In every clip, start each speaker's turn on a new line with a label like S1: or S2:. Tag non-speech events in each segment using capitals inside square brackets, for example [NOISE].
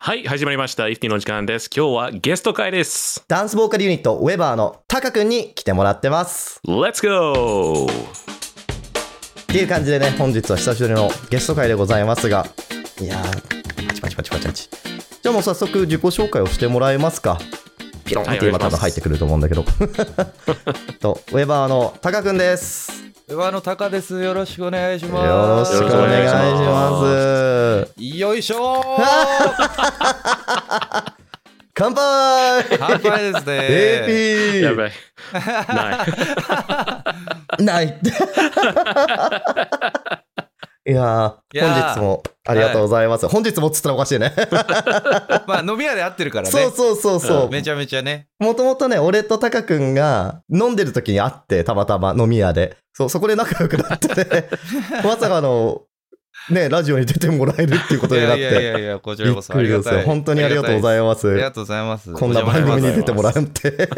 S1: はい、始まりました。イフティの時間です。今日はゲスト会です。
S2: ダンスボーカルユニット、ウェバーのタカ君に来てもらってます。
S1: Let's go!
S2: っていう感じでね、本日は久しぶりのゲスト会でございますが、いやー、パチパチパチパチパチ。じゃあもう早速自己紹介をしてもらえますか。ピロンって今多分入ってくると思うんだけ [LAUGHS] ど。と、ウェバーのタカ君です。
S3: 上の高です。よろしくお願いし
S2: よ
S3: ま
S2: ろ
S3: す。
S2: しくお願いします。
S3: よいしょー
S2: [LAUGHS] 乾杯
S3: 乾杯ですね。
S1: や
S2: !AP!
S1: ばい。ない。
S2: ない [LAUGHS] いや
S3: い
S2: ー、
S3: やー
S2: 本日もありがとうございます。本日もっつったらおかしいね。
S3: まあ飲み屋で会ってるからね。
S2: そうそうそうそう。
S3: めちゃめちゃね。
S2: もともとね、俺とタカ君が飲んでる時に会って、たまたま飲み屋で。そう、そこで仲良くなって
S3: [LAUGHS]
S2: ね。まさかの、ね、ラジオに出てもらえるっていうこ
S3: い
S2: とになっ
S3: や
S2: て。
S3: いやいやいや、こちら
S2: び
S3: こ
S2: っ
S3: そあ
S2: くり
S3: りが
S2: です
S3: た
S2: よ。
S3: い。
S2: 本当にありがとうご
S3: い
S2: ざいます。
S3: ます。ありがとうございます。
S2: こんな番組に出てもら
S3: う。
S2: うって。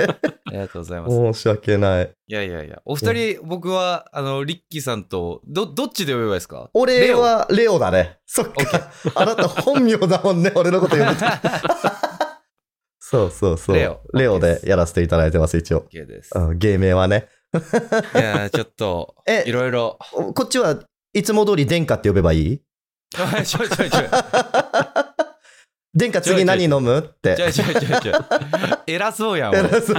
S3: ありがとうございます。
S2: 申し訳ない。
S3: いやいやいや、お二人、僕は、あの、リッキーさんと、ど、どっちで呼べばいいですか
S2: 俺はレオだね。そっ
S3: オッケ
S2: か。あなた本名だもんね。俺のこと呼
S3: [LAUGHS]
S2: ぶと。そうそうそう。
S3: レオ
S2: レオでやらせていただいてます、一応。
S3: OK です。
S2: うん、芸名はね。
S3: いやー、ちょっと、
S2: え
S3: いろいろ。
S2: こ
S3: [LAUGHS]
S2: っちはいつも通り殿下って呼べばいい
S3: ちょいちょいちょい。
S2: 殿下次何飲むって
S3: ちょいちょいちょいちょい。偉そうやん。俺
S2: 偉そう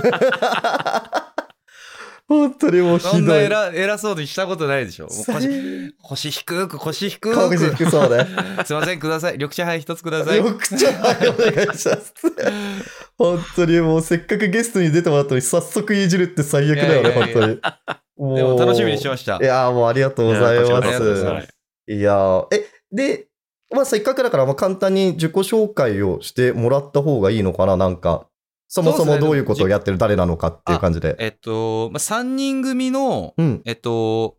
S2: [LAUGHS] 本当にもう
S3: そ
S2: ひ
S3: んな
S2: どい
S3: 偉偉そうにしたことないでしょ。もう腰
S2: 最
S3: 腰低く、腰低
S2: 高口
S3: く。
S2: 低そうね
S3: すいません、ください。緑茶杯一つください。
S2: よくちゃはいお願いします本当にもうせっかくゲストに出てもらったのに早速いじるって最悪だよね
S3: いやいやい
S2: 本
S3: や
S2: 当に
S3: でも楽しみにしてました
S2: い。やーもうありがとうござい
S1: やこ
S2: ま
S1: ちらこそありがとうご
S2: す
S1: ざいます。
S2: いやーえでまあせっかくだからまあ簡単に自己紹介をしてもらった方がいいのかななんかそもそ
S3: そう
S2: も
S3: ですね
S2: どういうことをやってる誰なのかっていう感じで
S3: えっと、まあ、3人組の、
S2: うん
S3: えっと、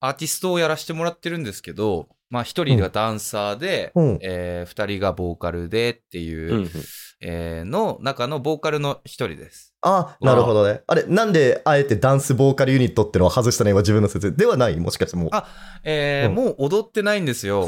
S3: アーティストをやらせてもらってるんですけど、まあ、1人がダンサーで、
S2: うん
S3: え2人がボーカルでっていう、
S1: うん
S3: えーの中のボーカルの1人です。
S2: あ、なるほどね。あれ、なんであえてダンスボーカルユニットってのを外したの今自分の説ではないもしかしてもう
S3: あえー
S2: うん
S3: もう踊ってないんですよ。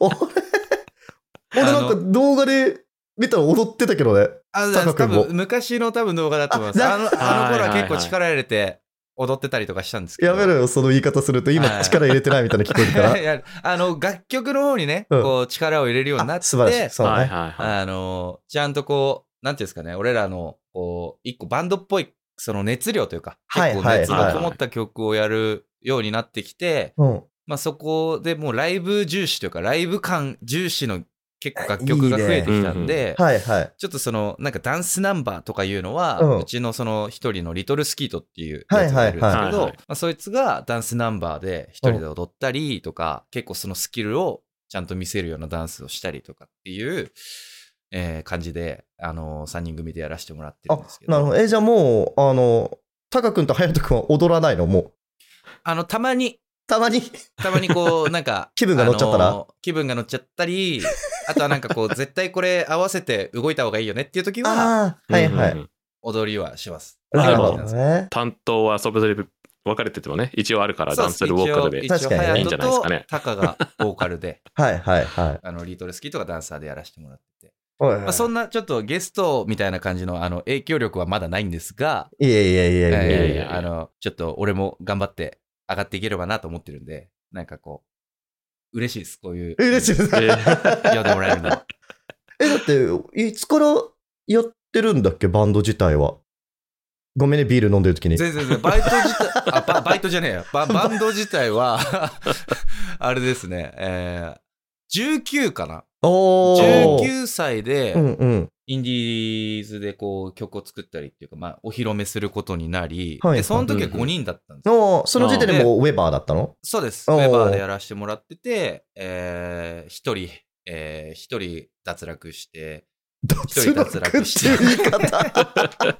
S2: 俺、 [LAUGHS] 俺なん
S3: あ
S2: か動画で見たら踊ってたけどね。
S3: あ
S2: 高
S3: 多
S2: くも
S3: 分昔の多分動画だと思います。
S2: あ
S3: あのあの頃は結構力入れて踊ってたりとかしたんですけど。
S2: や
S3: [LAUGHS]
S2: めろよ、その言い方すると今
S3: はい
S2: 力入れてないみたいな聞こえるか
S3: [LAUGHS] いやあの楽曲の方にね、
S2: うん
S3: こう力を入れるように
S2: ら。
S3: なっ
S2: あ
S3: て
S2: 素晴らしい。そう
S1: はい
S2: ね。
S1: はいは
S3: あのちゃんとこうなんていうんですかね俺らのこう一個バンドっぽいその熱量というか、
S2: はい
S3: 結構熱
S1: はいは
S3: の
S1: い
S3: こもった曲をやるようになってきて、
S2: うん。
S3: まあ、そこでもうライブ重視というかライブ感重視の結構楽曲が増えてきたんで。
S1: い
S2: はいはい。
S3: ちょっとそのなんかダンスナンバーとかいうのは、
S2: う
S3: うんちのその一人のリトルスキートっていうやつがいるんで
S2: はい
S1: は
S3: すけ
S1: いはい
S3: ど
S1: はい
S3: まあそいつがダンスナンバーで一人で踊ったりとか、結構そのスキルをちゃんと見せるようなダンスをしたりとかっていう、えー感じで、あのー、3人組でやらせてもらってるん
S2: あ
S3: ですけ、ど
S2: なるほど。え、じゃあもう、あの、タカ君とハヤト君は踊らないのもう。
S3: あのたまに
S2: たまに。
S3: たま
S2: [LAUGHS]
S3: にこうなんか
S2: 気分が乗っちゃったら
S3: あのー気分が乗っちゃったりあとはなんかこう絶対これ合わせて動いた方がいいよねっていう時は
S2: ああ、
S1: い。
S2: [LAUGHS] はいは
S1: うんう
S2: い。
S1: ん
S3: 踊りはします。
S2: なるほ
S3: そう
S2: ど
S3: なんです
S2: ね。
S1: 担当はそれぞれ分かれててもね、一応あるから、
S3: そう
S1: ダ
S3: で
S1: ン
S3: す
S1: スルウォーカル
S3: 一
S1: で
S3: 応。
S2: 確かにね
S3: 一応
S2: いい
S1: んじゃないですかね
S3: 隼人
S1: [LAUGHS]
S3: とタカがボーカルで、
S2: はいはいはい。
S3: あのリートルスキーとかダンサーでやらせてもらってて、
S2: おい
S3: まあ、そんなちょっとゲストみたいな感じのあの影響力はまだないんですが、
S2: いやいやいやい
S3: え
S2: やいや
S1: や
S2: い
S1: い
S2: や
S1: や。
S3: ーあのちょっと俺も頑張って上がっていければなと思ってるんで、なんかこう、嬉しいです、こういう。
S2: 嬉しい
S3: い。
S2: です。
S1: えー
S3: 呼んでもらえ
S2: [LAUGHS]
S3: るの。
S2: え、だって、いつからやってるんだっけ、バンド自体は。ごめんね、ビール飲んでる時に。
S3: 全然全然、バイト自体、あババイトじゃねえよ。ババンド自体
S2: [LAUGHS]
S3: は、あれですね、えー、19かな。
S2: おー。
S3: 19歳で、
S2: うんうん。
S3: インディーズでこう曲を作ったりっていうか、まあ、お披露目することになり、
S2: はい
S3: でその時は5人だったんですよ、
S2: おーその時点でもうウェバーだったの
S3: そうです。ウ
S2: おー
S3: ェバーでやらせてもらってて、えー、1人、えー、一人脱落して、
S2: 脱落っていう言い [LAUGHS] 方。風
S3: は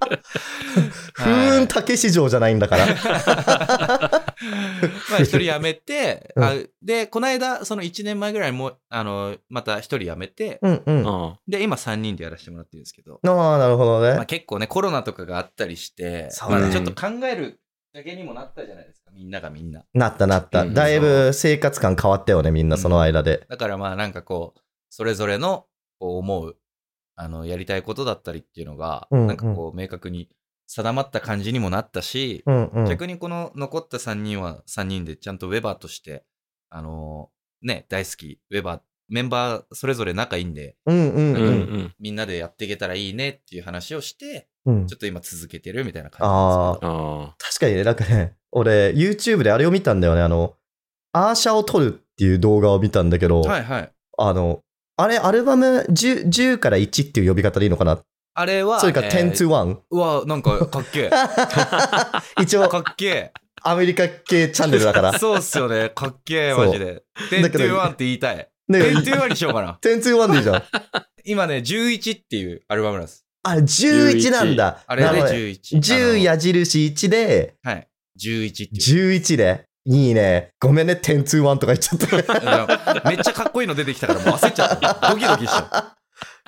S2: 雲
S3: い
S2: 竹市場じゃないんだ [LAUGHS] から。
S3: [LAUGHS] まあ1人辞めて、
S2: うん
S3: あで、この間、その1年前ぐらいにもう、あの、また1人辞めて、
S2: うんうん。
S1: う
S2: あ
S1: ん
S3: で、今3人でやらせてもらってるんですけど、
S2: あ、なるほど
S3: まあ、
S2: ね。
S3: 結構ね、コロナとかがあったりして、
S2: そう
S1: ね
S3: まあ、ちょっと考えるっかけにもなったじゃないですか、みんながみんな。
S2: なったなった。
S1: うん
S2: だいぶ生活感変わったよね、みんなその間で。
S3: だからまあなんかこう、それぞれのこう思う、あの、やりたいことだったりっていうのが、
S2: うんうん
S3: なんかこう、明確に定まった感じにもなったし、
S2: うんうん。
S3: 逆にこの残った3人は3人でちゃんとウェバーとして、あのーね、大好き、ウェバー、メンバーそれぞれ仲いいんで、
S2: うん
S1: う
S2: うんうん。
S1: うんん。
S3: みんなでやっていけたらいいねっていう話をして、
S2: うん
S3: ちょっと今続けてるみたいな感じなん
S2: あ
S3: ですけ
S2: あ、
S1: ああ。
S2: 確かにね、なんかね、俺、YouTube であれを見たんだよね、あの、アーシャを撮るっていう動画を見たんだけど、
S3: ど。はいはい。
S2: あの、あれ、アルバム 10, 10から1っていう呼び方でいいのかな
S3: あれは、
S2: それか
S3: えー
S2: 10 to
S3: [LAUGHS]
S2: 1。
S3: うわ、なんかかっけえ。
S2: 一応
S3: か、っ
S2: [LAUGHS]
S3: け
S2: アメリカ系チャンネルだ
S3: [LAUGHS]
S2: から
S3: え。。そうっすよね。かっけえ、
S2: そう
S3: マジで。
S2: だけど
S3: 1021って言いたい。
S2: ね
S3: 1021にしようかな。
S2: 10 to 1でいいじゃん。
S3: 今ね、11っていうアルバムなんです。
S2: あ、11なんだ。
S3: あれ
S2: な
S3: で
S2: るほどね
S3: 11。
S2: 10矢印1で、
S3: あの。はい。11っていう。
S2: 11で。いいね。ごめんね、10 to 1とか言っちゃ
S3: [LAUGHS]
S2: った。
S3: あのめっちゃかっこいいの出てきたからもう焦っちゃった。ドキドキした。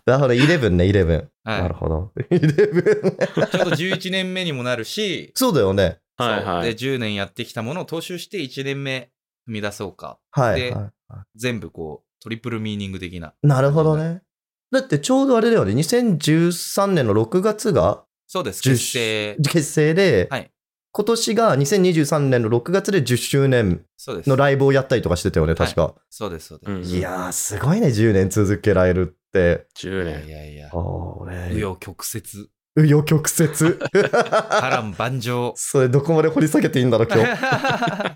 S2: なるほど、11ね、11。なる
S3: は
S2: ほど。11。
S3: い。ちょうど11年目にもなるし、
S2: [LAUGHS] そうだよね。
S1: はいは
S3: で、
S1: い。
S3: 10年やってきたものを踏襲して1年目踏み出そうか。
S2: はい。
S3: で
S2: は
S3: 全部こう、トリプルミーニング的な。
S2: いなるほどね。だってちょうどあれだよね、2013年の6月が
S3: そうです。
S2: 10
S3: 結成。
S2: 結成で、
S3: はい
S2: 今年が2023年の6月で10周年
S3: そうです
S2: の。ライブをやったりとかしてたよね、確か。
S3: そうです、そうで
S1: うん
S2: い、やー、すごいね、10年続けられるって。
S1: 10
S3: す。いやい
S1: 年。
S3: やいや。
S2: おー
S3: 紆
S2: ね。
S3: 余曲折、
S2: うよ曲
S3: [LAUGHS]
S2: 折。。
S3: 波乱万丈
S2: それ、どこまで掘り下げていいんだろう、
S3: [LAUGHS]
S2: 今日。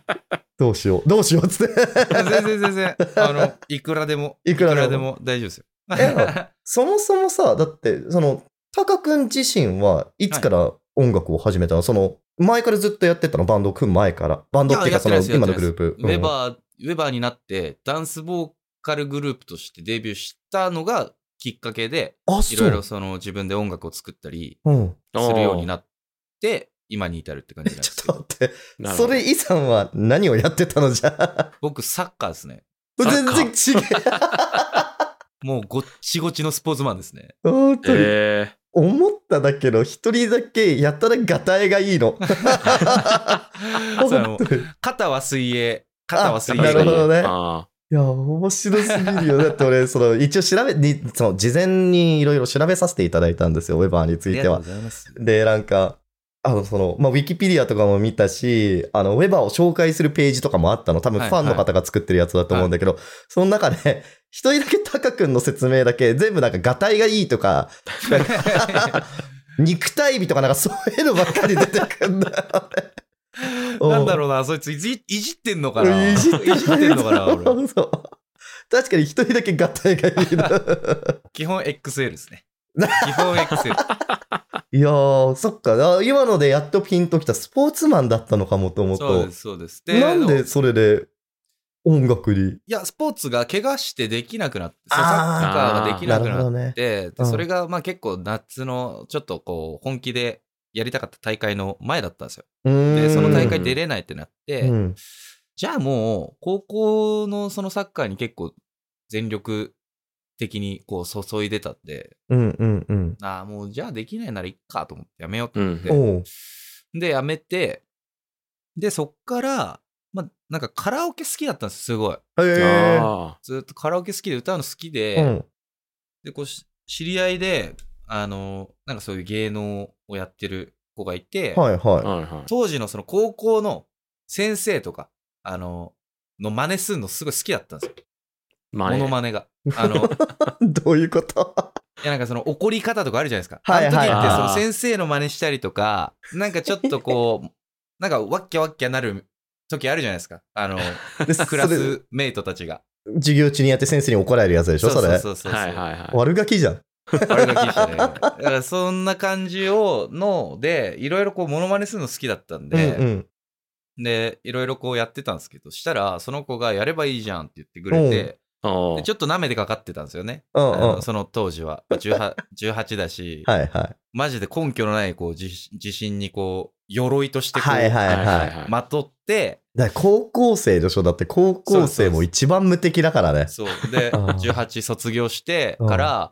S2: どうしよう。どうしようっつって。
S3: 全然全然、あの、いくらでも、
S2: いくらでも
S3: 大丈夫ですよ。
S2: えそもそもさ、だって、その、タカ君自身はいつから音楽を始めたの、その、前からずっとやってたのバンドを組む前から。バンドっていうか、そ
S3: いや
S2: の、
S3: やってな
S2: 今の
S3: いです
S2: グループ。
S3: [LAUGHS] ウェバー、ウェバーになって、ダンスボーカルグループとしてデビューしたのがきっかけで、
S2: うんあ、
S3: い
S2: そ
S3: ろいろ
S2: う。
S3: その自分で音楽を作ったり
S2: うん。
S3: するようになって、今に至るって感じなんで
S2: ちょ
S3: す
S2: っ
S3: け
S2: と
S3: ど。
S2: 待って。
S1: なるほ
S2: そ
S1: ど
S2: れ、イさんは何をやってたのじゃあ。
S3: 僕、サッカーですね。
S1: サッ
S2: 全
S1: カー
S2: 然違う。
S3: もうごっちごちのスポーツマンですね。
S2: 本当に。
S1: え
S2: 思っただけど、一人だけやたらガタイがいいの。
S3: [LAUGHS] それはも
S2: [LAUGHS] 本
S3: う
S2: 当に
S3: 肩は水泳、肩は
S1: ー。
S3: 水
S2: な
S3: 泳が
S2: る
S3: い
S2: ほ
S3: い
S2: どね
S1: あ
S2: いや、面白すぎるよ。だって俺、その、一応調べ、に、その、事前にいろいろ調べさせていただいたんですよ、ウェバーにつ
S3: あ
S2: い
S3: りが
S2: て
S3: とうご
S2: は。
S3: ざいます。
S2: で、なんか、あの、その、まあ、ウィキペディアとかも見たし、あの、ウェバーを紹介するページとかもあったの。多分、フ
S3: は
S2: ァ
S3: い
S2: ンの方が作ってるやつだと思うんだけど、その中で、一人だけタカ君の説明だけ、全部なんか、ガタイがいいと
S3: [LAUGHS]
S2: か、肉体美とかなんかそういうのばっかり出てくんだよね。
S3: [LAUGHS] なんだろうな、そいついじいじってんのかな。
S2: いじって
S3: んのかな、俺。
S2: [LAUGHS] そう確かに一人だけ合体がいいな。
S3: [LAUGHS] 基本 XL で
S2: [LAUGHS]
S3: すね。基本 XL。
S2: いやー、そっか。あ今のでやっとピンときたスポーツマンだったのかもと思う
S3: そう
S2: と
S3: で。す、そうです。
S2: なんでそれで音楽に。
S3: いや、スポーツが怪我してできなくなって、そう
S2: あー
S3: サッカーができな
S2: な
S3: く
S2: るほ
S3: なっ
S2: どね。
S3: て、で
S2: うん
S3: それがまあ結構夏のちょっとこう本気でやりたかった大会の前だったんですよ。で、
S2: で
S3: その大会出れないってなって、
S2: うん。
S3: じゃあもう高校のそのサッカーに結構全力的にこう注いでたんで、
S2: うんうんうん。
S3: ああ、もうじゃあできないならいっかと思ってやめようと
S1: う
S3: 思っ
S1: ん
S3: て。
S2: おう。
S3: で、やめて、で、そっから、まあ、なんかカラオケ好きだったんです、すごい。
S2: へ
S1: ー
S2: え。
S1: あ
S3: ずっとカラオケ好きで歌うの好きで、
S2: うん。
S3: で、こうし、知り合いで、あの、なんかそういう芸能をやってる子がいて、
S2: はい
S1: ー。
S2: は
S1: はいは
S3: 当時のその高校の先生とか、あの、の真似するのすごい好きだったんですよ。
S1: い。ま
S3: モノマネが。
S2: [LAUGHS]
S3: あの、い
S2: い。どういうこと
S3: やなんかその怒り方とかあるじゃないですか。
S2: はいはい
S3: あの時ってそ
S1: あー
S3: の先生の真似したりとか、なんかちょっとこう、 [LAUGHS] なんかわっきゃわっきゃなる時あるじゃない [LAUGHS] ですか。
S2: [LAUGHS]
S3: あの、
S2: で
S3: クラスメイトたちが。
S2: それ授業中にやって先生に怒られるやつでしょそれ。
S3: そうそうそうそう。
S1: はいはいは
S2: 悪ガキじゃん。
S3: あれが聞いたね。 [LAUGHS] だからそんな感じを、ので、いろいろこう、モノマネするの好きだったんで、
S2: うん
S3: で、いろいろこうやってたんですけど、したら、その子がやればいいじゃんって言ってくれ
S1: い。
S3: て、
S1: お
S3: で
S1: ー
S3: ちょっと舐めてかかってたんですよね。
S2: うん。うん
S3: あ
S2: うん
S3: の。その当時
S2: [LAUGHS]
S3: は。18, 18だし、
S2: はいはい。
S3: マジで根拠のない、こう、自自信にこう、鎧としてこう、
S2: はいはい
S1: はいはい
S2: は。
S1: はいい。
S3: まとって、
S2: だから高校生でしょだって高校生も一番無敵だからね。
S3: そう。
S2: [LAUGHS]
S3: で、
S2: あー
S3: 18卒業してから、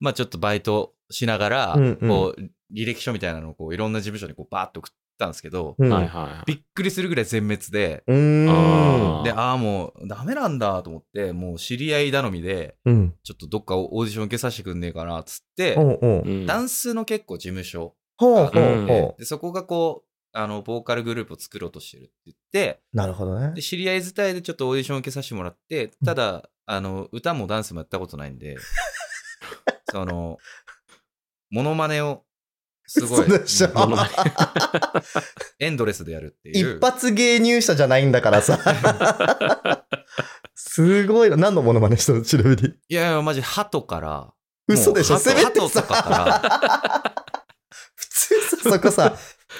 S3: まあちょっとバイトしながら、
S2: うんうん
S3: こう、履歴書みたいなのをこういろんな事務所にこうバーッと送っったんですけど、
S2: うん
S1: はいはい。
S3: びっくりするぐらい全滅で、
S2: うーん。
S1: あー
S3: で、ああ、もうダメなんだと思って、もう知り合い頼みで、
S2: うん。
S3: ちょっとどっかオーディション受けさせてくんねえかなっつって、
S2: おうおう
S1: うん
S3: ダンスの結構事務所
S2: ほうほ
S3: があって、
S2: うほ
S3: でそこがこう、あの、ボーカルグループを作ろうとしてるって言って、
S2: う。なるほどね
S3: で、。知り合い自体でちょっとオーディション受けさせてもらって、ただ、あの、歌もダンスもやったことないん
S2: [LAUGHS]
S3: で、その、モノマネを、すごい
S2: 嘘でしょ、
S1: モノマ
S3: エンドレスでやるっていう。
S2: 一発芸入社じゃないんだから
S3: [LAUGHS]
S2: さ。すごいな。何のモノマネしたのちなみに。
S3: いやいや、マジ、鳩から、
S2: 嘘でしょ
S3: もう鳩
S2: せめて
S3: 鳩と
S2: さ、
S3: かから、
S2: 普通さ、そこさ、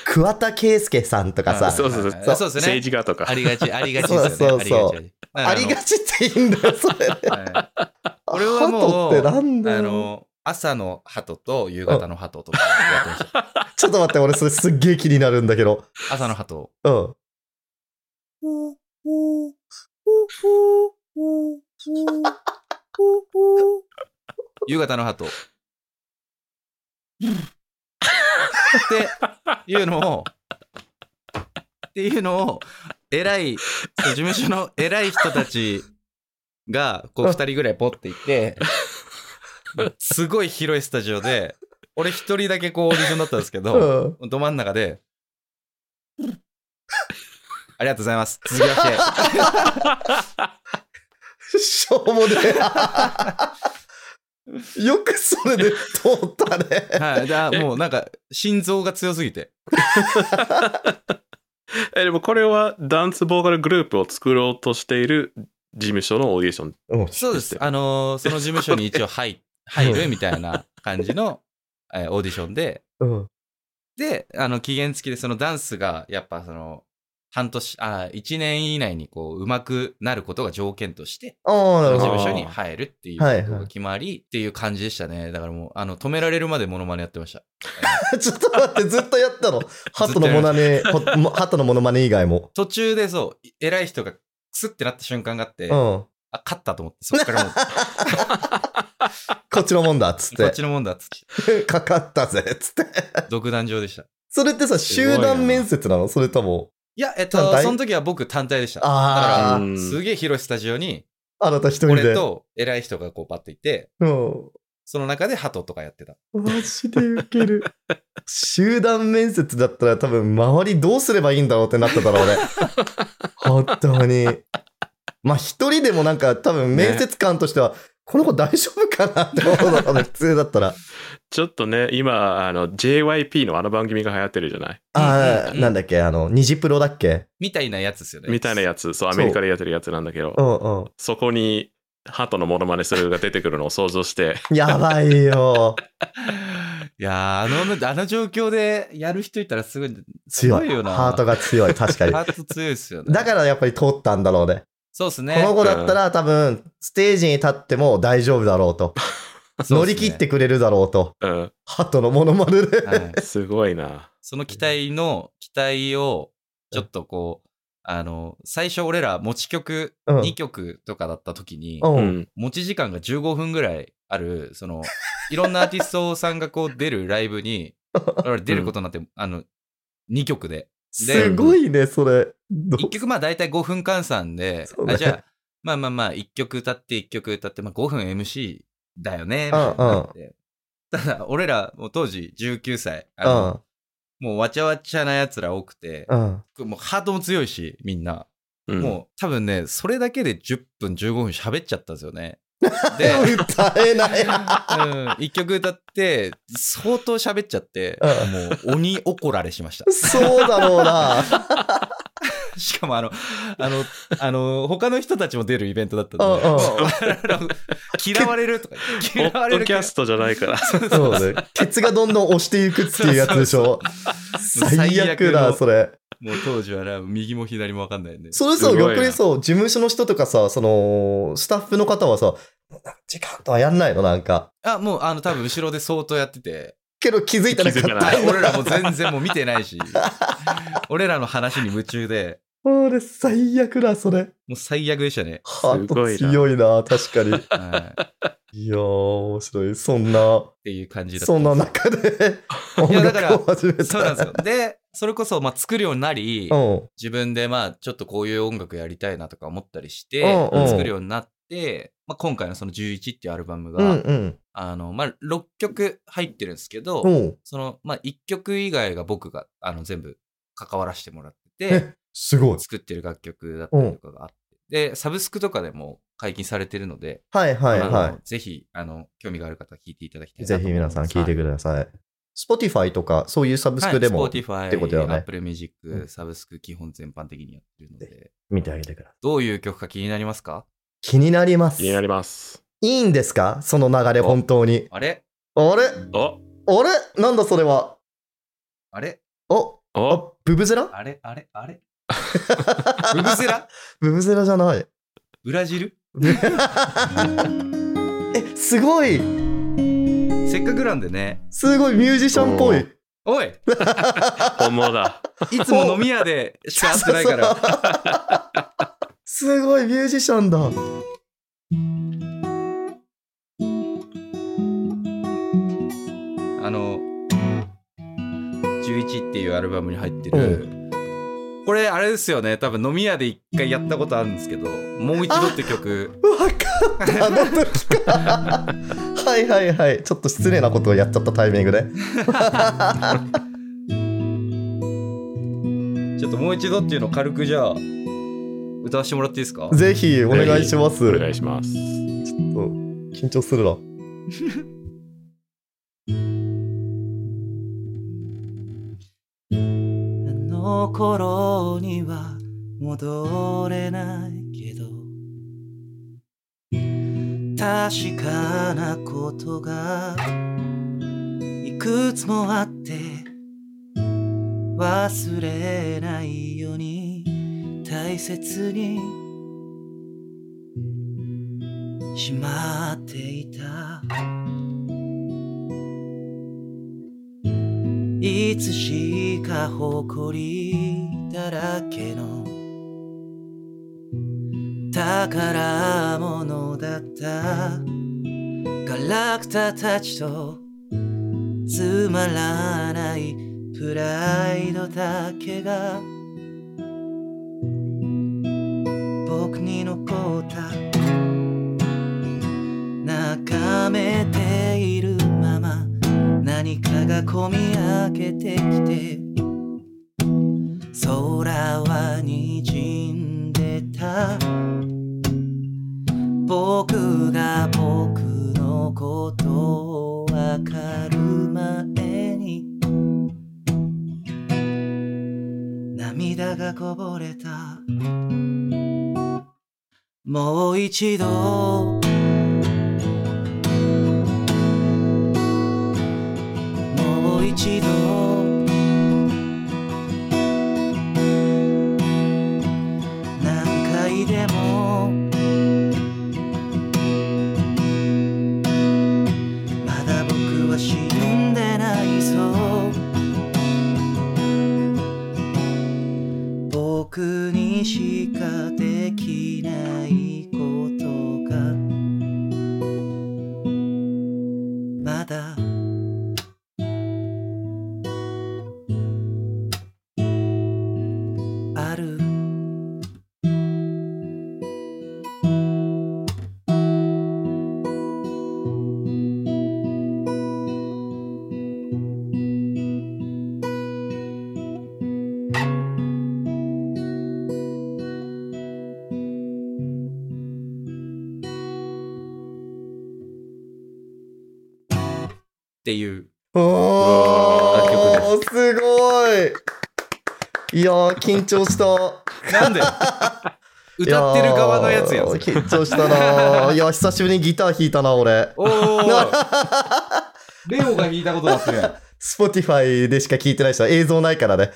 S2: 桑田佳祐さんとか
S1: [LAUGHS]
S2: さ、
S3: あ
S1: そうそうそう
S3: そうそうですね
S1: 政治家 [LAUGHS] とか。
S3: ありがち、ありがちですよね。
S2: そうそうそうあ
S3: あ
S2: り
S3: り
S2: が
S3: が
S2: ちっていいんだよ、それ。
S3: ち。はい俺はもう
S2: 鳩ってなんだ
S3: あ
S2: よ。
S3: の、朝の鳩と夕方の鳩とかやってました。
S2: ちょっと待って、俺それすっげえ気になるんだけど。
S3: 朝の鳩。
S2: うん。
S3: 夕方の鳩。っていうのを、っていうのを、偉い、そう事務所の偉い人たちが、こう二人ぐらいポッていて、すごい広いスタジオで、俺一人だけこうオーディションだったんですけ [LAUGHS] ど、
S2: うん。
S3: ど真ん中で、ありがとうございます。続きまして。
S2: しょうもねえ。よくそれで通ったね。
S3: はい、だもうなんか心臓が強すぎて。
S1: え、でもこれはダンスボーカルグループを作ろうとしている事務所のオーディション。
S2: うん
S3: そうです。あのーその事務所に一応
S2: [LAUGHS]
S3: 入入るみたいな感じの、 [LAUGHS] えーオーディションで、
S2: うん。
S3: で、あの、期限付きでそのダンスが、やっぱその、半年、あ1年以内にこう、うまくなることが条件として、
S2: ああ、な
S3: その
S2: るほど。
S3: 事務所に入るっていう
S2: はい
S3: ことが決まりっていう感じでしたね。だからもう、あの、止められるまでモノマネやってました。
S2: ちょっと待って、ずっとやったの。ハトのモノマネ、ほ [LAUGHS] もハトのモノマネ以外も。
S3: 途中でそう、偉い人がクスってなった瞬間があって、
S2: うん。こ
S3: あ、勝ったと思って、そっか
S2: [LAUGHS]
S3: らもう、
S2: っちのもんだ、っつ
S3: こっ
S2: っ
S3: ちのもんだっつって、
S2: て。かかったぜ、っつって。
S3: 独壇場でした。
S2: それってさ、
S1: すごいな
S2: 集団面接なのそれとも。
S3: いや、えっ
S2: 単
S3: と、
S2: 体
S3: その時は僕単体でした。
S2: あ
S1: うん
S3: すげえ広いスタジオに、
S2: あ、あなた一人
S3: 俺
S2: で。
S3: と偉い人がこうパッといて、
S2: うん。
S3: その中で鳩とかやってた。
S2: マジでウケる。集団面接だったら多分周りどうすればいいんだろうってなってたら俺。本当に。まあ一人でもなんか多分面接官としては、この子大丈夫かなって思うだろうね、普通だったら。
S1: ちょっとね、今、あの、JYP のあの番組が流行ってるじゃない
S2: ああ、
S3: うん
S2: なんだっけ、あの、二次プロだっけ
S3: みたいなやつですよね。
S1: みたいなやつ、そう、アメリカでやってるやつなんだけど
S2: う、んうん。
S1: そこに、ハトのモノマネするが出てくるのを想像
S3: [LAUGHS]
S1: して、
S2: やばいよ。
S3: [LAUGHS] いやー、あの、あの状況でやる人いたらすごい、
S2: 強い。
S3: すごいよな
S2: ハートが強い、確か
S3: [LAUGHS]
S2: に。
S3: ハート強いですよね。、
S2: だかららやっぱり通ったんだろうね。
S3: そうですね。
S2: この子だったら多分、ステージに立っても大丈夫だろうと。
S3: そう
S2: 乗
S3: っすね
S2: り切ってくれるだろうと。
S1: うん、
S2: ハトのモノマネで。
S3: はい
S1: すごいな。
S3: その期待の、期待を、ちょっとこう、あの、最初俺ら持ち曲
S2: うん
S3: 2曲とかだった時に、
S2: う。
S1: うんん。
S3: 持ち時間が15分ぐらいある、その、いろんなアーティストさんがこう出るライ
S2: [LAUGHS]
S3: ブに、我々出ることになって、あの、2曲で。
S2: すごいね、それ。ど
S3: 1曲まあ大体5分換算で、
S2: そうね
S3: あじゃあ、まあまあまあ、1曲歌って1曲歌って、まあ5分 MC だよね、み
S2: うん
S3: たいになって。ただ、俺ら、もう当時19歳、あのもうわちゃわちゃな奴ら多くて、
S2: うん。うん。
S3: もうハートも強いし、みんな。
S1: うん
S3: もう多分ね、それだけで10分、15分喋っちゃったんです
S2: [LAUGHS]
S3: よね。で、
S2: 歌えない。
S3: うん、一曲歌って、相当喋っちゃって、もう鬼怒られしました。
S2: そうだろうな。
S3: [LAUGHS] しかもあの、あの、あの、他の人たちも出るイベントだった
S2: うんう
S3: の
S2: ん
S3: で、あの [LAUGHS] 嫌われるとか、
S1: ポ
S3: 嫌わ
S1: ッ
S3: れ
S1: ド
S3: る
S1: キャストじゃないから。
S2: そうね。ケツがどんどん押していくっていうやつでしょ。
S3: そうそう
S2: 最悪
S3: 最悪
S2: だ、
S3: の
S2: それ。
S3: もう当時はな、右も左もわかんないんで。
S2: それ
S1: す
S2: さ、
S1: ごいな
S2: 逆にそう、事務所の人とかさ、その、スタッフの方はさ、時間とはやんないのなんか。
S3: あ、もうあの、多分後ろで相当やって
S2: [LAUGHS]
S3: て、
S2: けど気づいたら
S1: 気づかな
S2: 勝手に
S3: 俺らも全然もう見てないし、 [LAUGHS] 俺らの話に夢中で、
S2: 俺、最悪だ、それ。
S3: もう最悪でしたね。
S2: ハー
S1: すご
S2: ト
S1: いな
S2: 強いな、確かに。
S3: はい
S2: いやー、面白い。そんな、
S3: ていう感じだった
S2: そんな中で、音
S3: [LAUGHS] いやだから
S2: 楽を始めた。
S3: そうなんですよ。で、それこそ、まあ、作るようになり、
S2: うん。
S3: 自分で、まあ、ちょっとこういう音楽やりたいなとか思ったりして、
S2: うんうん
S3: 作るようになって、まあ、今回のその11っていうアルバム
S2: う
S3: が、
S2: んうん。
S3: あの、まあ、6曲入ってるんですけど、
S2: うん。
S3: その、まあ、1曲以外が僕が、あの、全部関わらせてもらって
S2: [LAUGHS]
S3: て、
S2: え、すごい。
S3: 作ってる楽曲だったりとかがあって、で、サブスクとかでも解禁されてるので、
S2: はいはい
S3: あ
S2: は
S3: のぜひ、あの、興味がある方は聞いていただき
S2: い。
S3: たいな
S2: ぜ
S3: と
S2: ひ
S3: 思いま
S2: 皆
S3: す
S2: さん聞いてください。Spotify とか、そういうサブスクでも
S3: はい、Spotify、
S2: ってことだよね
S3: Apple
S2: う
S3: Music、
S2: ん
S3: サブスク基本全般的にやってるので、
S2: 見てあげてください。
S3: どういう曲か気になりますか
S2: 気になります。
S1: 気になります。
S2: いいんですかその流れ、本当に。
S3: あれ
S2: あれ
S1: あ
S2: あれなんだそれは。
S3: あれ
S2: お
S1: あ
S2: あ、ブブゼラ
S3: あれあれあれブブゼラ
S2: [LAUGHS] ブブゼラじゃ
S3: [LAUGHS]
S2: ない。
S3: ブラジル
S2: え、すごい
S3: せっかくなんでね、
S2: すごいミュージシャンっぽい。
S3: おい
S1: 本物だ。
S3: いつも飲み屋で
S2: [LAUGHS]
S3: しか会ってないから、
S2: すごいミュージシャンだ。
S3: あの、11っていうアルバムに入ってる、これあれですよね、多分飲み屋で一回やったことあるんですけど、もう一度って曲、
S2: わかった、あの時か。はいはいはい。ちょっと失礼なことをやっちゃったタイミングで。
S3: ちょっともう一度っていうのを軽くじゃあ、歌わせてもらっていいですか
S2: ぜひお願いします。
S1: お願いします。
S2: うん緊張するな。
S3: あの頃には戻れないけど確かなことがいくつもあって忘れないように大切にしまっていたいつしか誇りだらけの宝物だったガラクタたちとつまらないプライドだけが僕に残った眺めているまま何かがこみ上げてきて空は滲んでた僕が僕のことをわかる前に涙がこぼれたもう一度もう一度何回でもまだ僕は死んでないそう僕にしかできないことがまだあるっていう
S2: お
S1: うわ
S2: ー、すごい。いやー、緊張した。
S3: なんで [LAUGHS] 歌ってる側のやつやん
S2: い
S3: そ
S2: ー
S3: れ
S2: 緊張したなー。いや、久しぶりにギター弾いたな、俺。
S3: おーレオが弾いたことだってね
S2: Spotify でしか聞いてない人は映像ないから
S3: [LAUGHS]
S2: ね。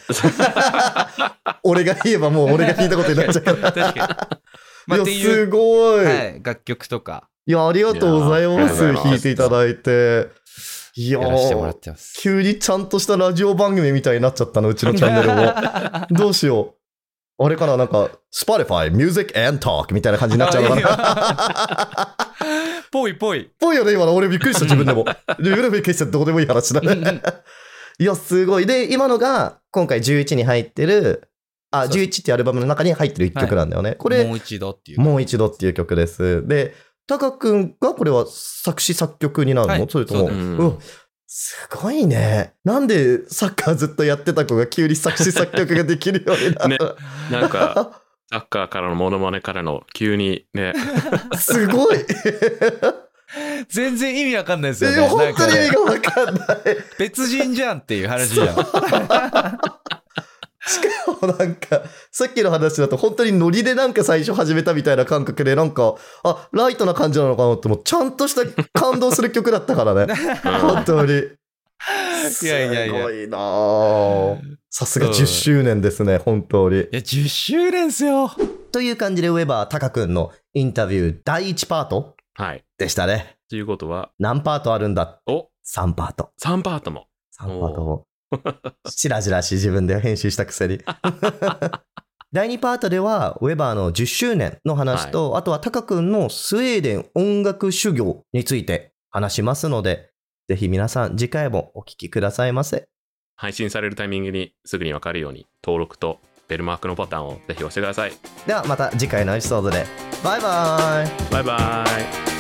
S2: 俺が言えばもう俺が弾いたことになっちゃうから。
S3: 確かに、 [LAUGHS] ま
S2: い
S3: あ、っ
S2: や、
S3: てい
S2: す
S3: う、
S2: ごい。
S3: はい、楽曲とか
S2: いや、ありがとうございま
S1: い
S2: す。
S1: やー
S2: 弾いていただいて。いや
S3: やらせてもらっ
S2: ー
S3: てます
S2: 急にちゃんとしたラジオ番組みたいになっちゃったの、うちのチャンネ
S3: [LAUGHS]
S2: ルも。どうしよう。あれかななんか、Spotify Music and Talk みたいな感じになっちゃうのかな。
S3: ぽいぽい。
S2: ぽいよね、今の。俺びっくりした、自分でも。ルールメイ決してどうでもいい話だ
S3: う
S2: ね。
S3: んうん
S2: いや、すごい。で、今のが、今回11に入ってる、あ、
S3: そうそう
S2: 11ってアルバムの中に入ってる1曲なんだよね。これ、
S3: もう一度っていう。
S2: もう一度っていう曲です。で、タカ君がこれは作詞作曲になるの、
S3: はい
S2: それとも。
S3: そう
S1: です
S2: うわすごいね。なんでサッカーずっとやってた子が急に作詞作曲ができるようになった、
S1: なんか、
S3: [LAUGHS]
S1: サッカーからのモノマネからの急にね、
S2: すごい。
S3: 全然意味わかんないですよ
S2: え
S3: ね。な
S2: 本
S3: ん
S2: 当
S3: か
S2: に
S3: ね
S2: 意味がわかんない。
S3: 別人じゃんっていう話じゃん。
S2: もうなんか、さっきの話だと本当にノリでなんか最初始めたみたいな感覚で、なんか、あ、ライトな感じなのかなって思う、ちゃんとした感動する曲だったからね。
S3: [LAUGHS]
S1: [LAUGHS]
S2: 本当に。
S3: いやいやいや
S2: すご [LAUGHS] いなぁさすが10周年ですね、本当に。
S3: いや、10周年っすよ。
S2: という感じで、ウェバータカ君のインタビュー第1パート
S1: はい。
S2: でしたね。
S1: ということは、
S2: 何パートあるんだ
S1: お
S2: ?3 パート。
S1: 3パートも。
S2: 3パートを。 [LAUGHS] しらじらし自分で編集したくせ [LAUGHS] に。第2パートでは、ウェバーの10周年の話と、あとはタカ君のスウェーデン音楽修行について話しますので、ぜひ皆さん次回もお聞きくださいませ。
S1: 配信されるタイミングにすぐにわかるように、登録とベルマークのボタンをぜひ押してください。
S2: ではまた次回のエピソードで。バイバイ
S1: バイバイ。